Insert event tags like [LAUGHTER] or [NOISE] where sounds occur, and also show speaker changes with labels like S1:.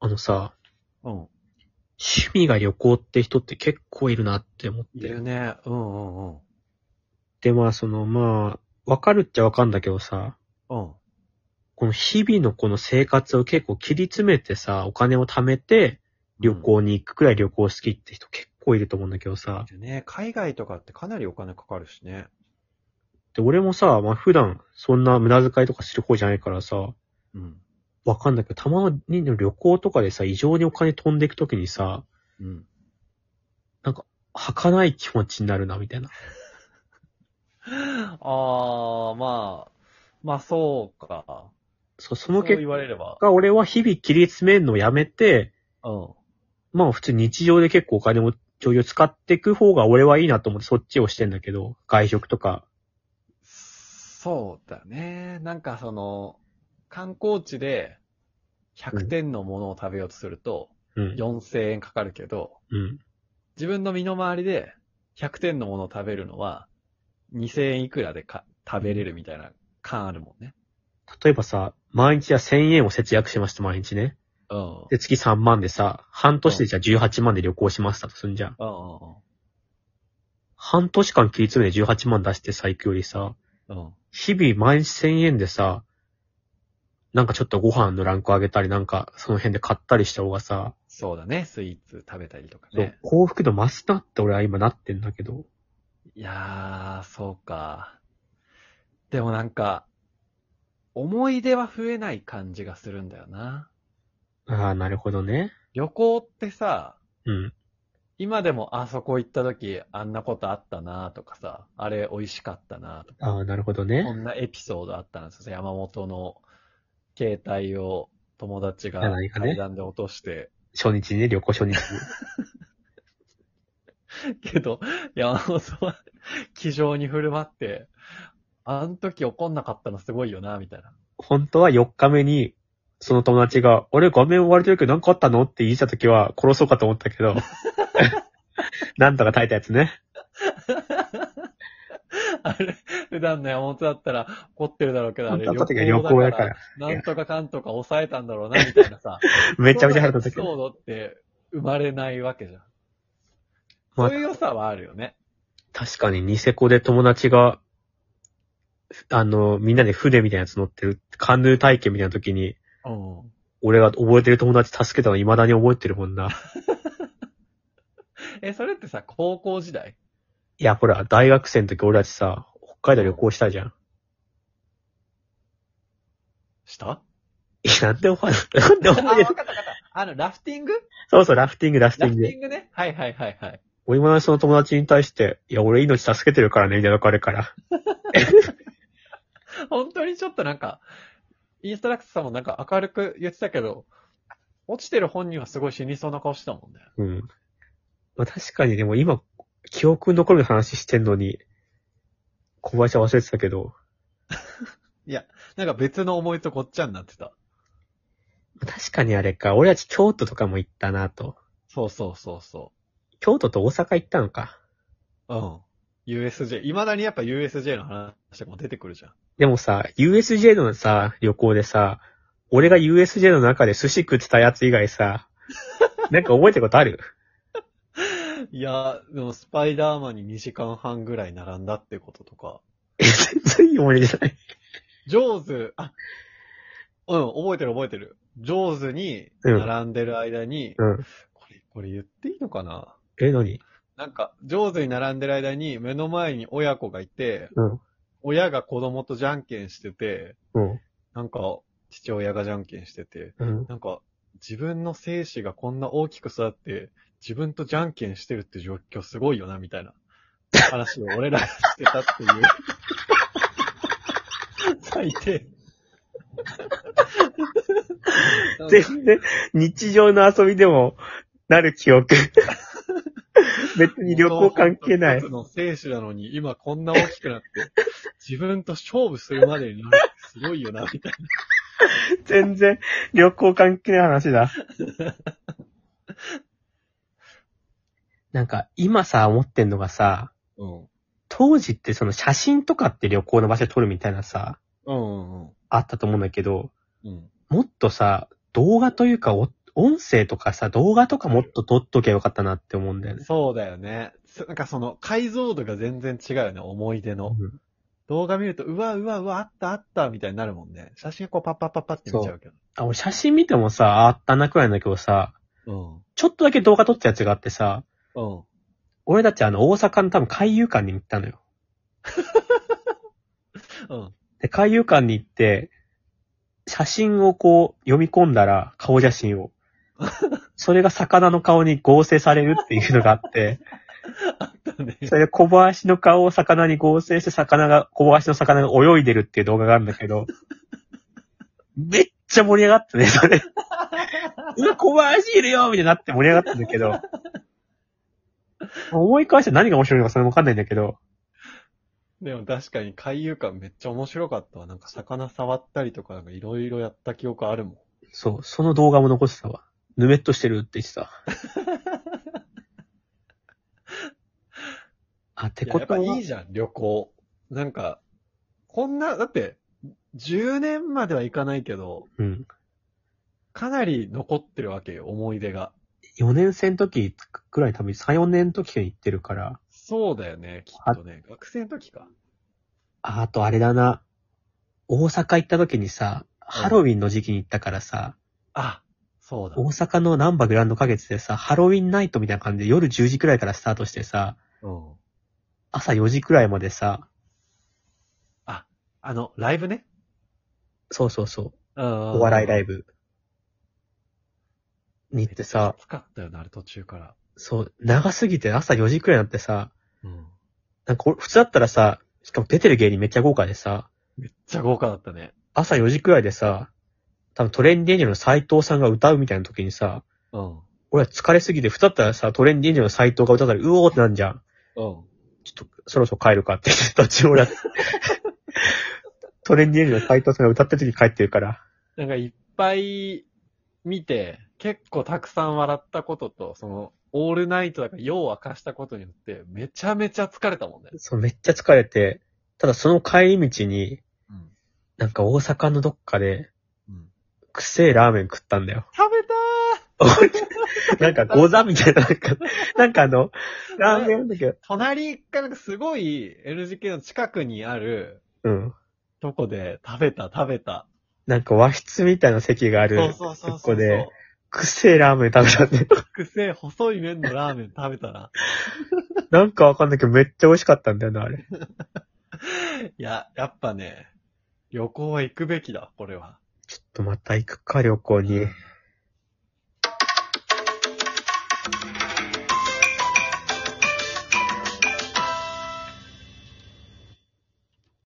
S1: あのさ、
S2: うん。
S1: 趣味が旅行って人って結構いるなって思っ
S2: い
S1: て
S2: る。ね。うんうんうん。
S1: で、まあその、まあ、わかるっちゃわかんだけどさ、
S2: うん。
S1: この日々のこの生活を結構切り詰めてさ、お金を貯めて旅行に行くくらい旅行好きって人結構いると思うんだけどさ
S2: い、るね。海外とかってかなりお金かかるしね。
S1: で、俺もさ、まあ普段そんな無駄遣いとかする方じゃないからさ、
S2: うん。
S1: わかんないけど、たまにの旅行とかでさ、異常にお金飛んでいくときにさ、
S2: うん。
S1: 儚い気持ちになるな、みたいな。
S2: ああ、まあ、まあそうか。
S1: そう、そ
S2: そ
S1: の
S2: う
S1: 結
S2: 言われれば。
S1: 果、俺は日々切り詰めるのをやめて、
S2: うん。
S1: まあ普通日常で結構お金もちょいちょい使っていく方が俺はいいなと思ってそっちをしてんだけど、外食とか。
S2: そうだね。なんかその、観光地で100点のものを食べようとすると
S1: うん。
S2: 4000円かかるけど、
S1: うん。
S2: 自分の身の回りで100点のものを食べるのは2000円いくらでか食べれるみたいな感あるもんね。
S1: 例えばさ、毎日は1000円を節約しました、毎日ね。
S2: うん。
S1: で、月3万でさ、半年でじゃあ18万で旅行しましたとすんじゃん。
S2: うんうん
S1: 半年間切り詰めて18万出して最強よりさ、
S2: うん。うん。
S1: 日々毎日1000円でさ、なんかちょっとご飯のランク上げたり、なんかその辺で買ったりした方がさ、
S2: そうだね。スイーツ食べたりとか
S1: そう
S2: ね。
S1: 幸福度増すなって俺は今なってんだけど。
S2: いやー、そうか。でもなんか、思い出は増えない感じがするんだよな。
S1: ああ、なるほどね。
S2: 旅行ってさ、
S1: うん。
S2: 今でもあそこ行った時あんなことあったなとかさ、あれ美味しかったなとか、
S1: ああ、なるほどね。
S2: こんなエピソードあったなと山本の携帯を友達が
S1: 何かね
S2: 階段で落として、
S1: 初日にね、旅行初日に。 [LAUGHS]
S2: けど、山本は気丈に振る舞って、あの時怒んなかったのすごいよなみたいな。
S1: 本当は4日目に、その友達が、俺画面割れてるけど何かあったのって言いた時は殺そうかと思った
S2: [LAUGHS]
S1: けど。なんとか耐えたやつね。
S2: あれ、普段の山本だったら怒ってるだろうけど、あ
S1: 本
S2: れ
S1: 当は時が旅行だから。
S2: らなんとかかんとか抑えたんだろうな、みたいなさ。
S1: [LAUGHS] めちゃめちゃ腹立ったけ
S2: そう
S1: ど。
S2: だって生まれないわけじゃん。
S1: まあ
S2: そういう良さはあるよね。
S1: 確かにニセコで友達が、あの、みんなで船みたいなやつ乗ってる、カヌー体験みたいな時に、
S2: うん。
S1: 俺が覚えてる友達助けたの未だに覚えてるもんな。
S2: え、それってさ、高校時代
S1: いや、ほら、大学生の時俺たちさ、北海道旅行したじゃん。
S2: した
S1: いや、なんでお前、なんでお
S2: あ、
S1: 前
S2: わかったわかった。あの、ラフティング
S1: そうそう、ラフティング、ラフテ
S2: ラ
S1: ィ
S2: フ
S1: ング。
S2: ティングね。はいはいはいはい。
S1: 俺もその友達に対して、いや、俺命助けてるからね、みたいな彼から。
S2: [LAUGHS] 本当にちょっとなんか、インストラクターさんもなんか明るく言ってたけど、落ちてる本人はすごい死にそうな顔してたもんね。
S1: うん。まあ確かに、でも今、記憶に残る話してんのに、小林は忘れてたけど、
S2: なんか別の思いとごっちゃになってた。
S1: まあ確かにあれか、俺たち京都とかも行ったなと。
S2: そうそうそうそ
S1: 京都と大阪行ったのか。
S2: う。うん。USJ。未だにやっぱ USJ の話とかも出てくるじゃん。
S1: でもさ、USJ のさ、旅行でさ、俺が USJ の中で寿司食ってたやつ以外さ、なんか覚えてることある [LAUGHS]
S2: いやー、でもスパイダーマンに2時間半ぐらい並んだってこととか。
S1: え、全然いい思い出じゃない。
S2: ジョーズ、あ、うん、覚えてる覚えてる。ジョーズに
S1: うん
S2: 並んでる間に、
S1: うん。
S2: これ、これ言っていいのかな
S1: え、何
S2: なんか、ジョーズに並んでる間に目の前に親子がいて、
S1: うん。
S2: 親が子供とじゃんけんしてて、
S1: うん。
S2: なんか、父親がじゃんけんしてて、
S1: うん。
S2: なんか、自分の精子がこんな大きく育って、自分とじゃんけんしてるって状況すごいよな、みたいな話を俺らがして
S1: [LAUGHS]
S2: たっていう。最低。
S1: 全然、日常の遊びでも、なる記 [LAUGHS] 憶。別に旅行関係ない
S2: 僕。の精子なのに、今こんな大きくな [LAUGHS] って、自分と勝負するまでになるってすごいよな、みたいな。
S1: 全然、旅行関係ない話だ。なんか、今さ、思ってんのがさ、
S2: うん。
S1: 当時ってその写真とかって旅行の場所で撮るみたいなさ、
S2: うんうん
S1: あったと思うんだけど、
S2: うん。うん。
S1: もっとさ、動画というかお音声とかさ、動画とかもっと撮っときゃよかったなって思うんだよね。
S2: そうだよね。そなんかその解像度が全然違うよね、思い出の。
S1: うん
S2: 動画見ると、うわうわうわ、あったあった、みたいになるもんね。写真こうパッパッパッパって見ちゃうけど。
S1: あ、俺写真見てもさ、あったなくらいなんだけどさ、ちょっとだけ動画撮ったやつがあってさ、
S2: うん。うん。
S1: 俺たちあの大阪の多分海遊館に行ったのよ。
S2: [LAUGHS] うん。
S1: で、海遊館に行って、写真をこう読み込んだら、顔写真
S2: [LAUGHS]
S1: を。それが魚の顔に合成されるっていうのがあって、
S2: ね
S1: それで小林の顔を魚に合成して魚が、小林の魚が泳いでるっていう動画があるんだけ
S2: [LAUGHS]
S1: ど、めっちゃ盛り上がったね、それ。うわ、小林いるよみたいになって盛り上がったんだけど、思い返して何が面白いのかそれもわかんないんだけど、
S2: [LAUGHS] でも確かに海遊館めっちゃ面白かったわ。なんか魚触ったりとかなんかいろいろやった記憶あるもん。
S1: そう、その動画も残ってたわ。ぬめっとしてるって言って
S2: [LAUGHS]
S1: た。あ、って
S2: いや
S1: こ
S2: やっ
S1: と
S2: ぱ
S1: はい
S2: いじゃん、旅行。なんか、こんな、だって、10年まではいかないけど、
S1: うん。
S2: かなり残ってるわけよ、思い出が。
S1: 4年生の時くらい多分3、4年の時に行ってるから。
S2: そうだよね、きっとね。学生の時か。
S1: あ、あとあれだな。大阪行った時にさ、ハロウィンの時期に行ったからさ、
S2: あ、そうだ。
S1: 大阪のナンバグランド花月でさ、ハロウィンナイトみたいな感じで夜10時くらいからスタートしてさ、
S2: うん。
S1: 朝4時くらいまでさ、
S2: あの、ライブね。
S1: そうそうそう、
S2: うん。
S1: お笑いライ
S2: ブ。
S1: ブ。に行って
S2: め
S1: さ
S2: っちゃ、暑かったよな、あれ途中から。
S1: そう、長すぎて朝4時くらいになってさ、
S2: うん。
S1: なんか俺普通だったらさ、しかも出てる芸人めっちゃ豪華でさ、
S2: めっちゃ豪華だったね。
S1: 朝4時くらいでさ、多分トレンディエンジェルの斎藤さんが歌うみたいな時にさ、
S2: うん。
S1: 俺は疲れすぎて、ふたったらさ、トレンディエンジェルの斎藤が歌ったら、うおーってなんじゃん。
S2: うん。
S1: ちょっと、そろそろ帰るかって言って、途中俺は、トレンディエンジェルの斎藤さんが歌った時に帰ってるから。
S2: なんかいっぱい見て、結構たくさん笑ったことと、その、オールナイトだから夜を明かしたことによって、めちゃめちゃ疲れたもんね。
S1: そう、めっちゃ疲れて、ただその帰り道に、
S2: うん。
S1: なんか大阪のどっかで、
S2: うん。
S1: くせえラーメン食ったんだよ。
S2: 食べたー
S1: なんか、ござみたいな、なんか、なんかあの、ラーメンなんだけど、
S2: 隣かなんかすごい NGK の近くにある
S1: うん。
S2: とこで食べた食べた。
S1: なんか和室みたいな席がある。
S2: そうそうそう
S1: と
S2: そ
S1: こ
S2: う
S1: で。くせえラーメン食べたんだよ。
S2: くせえ細い麺のラーメン食べたら。
S1: なんかわかんないけど、めっちゃ美味しかったんだよな、あれ。
S2: いや、やっぱね、旅行は行くべきだ、これは。
S1: ちょっとまた行くか、旅行に。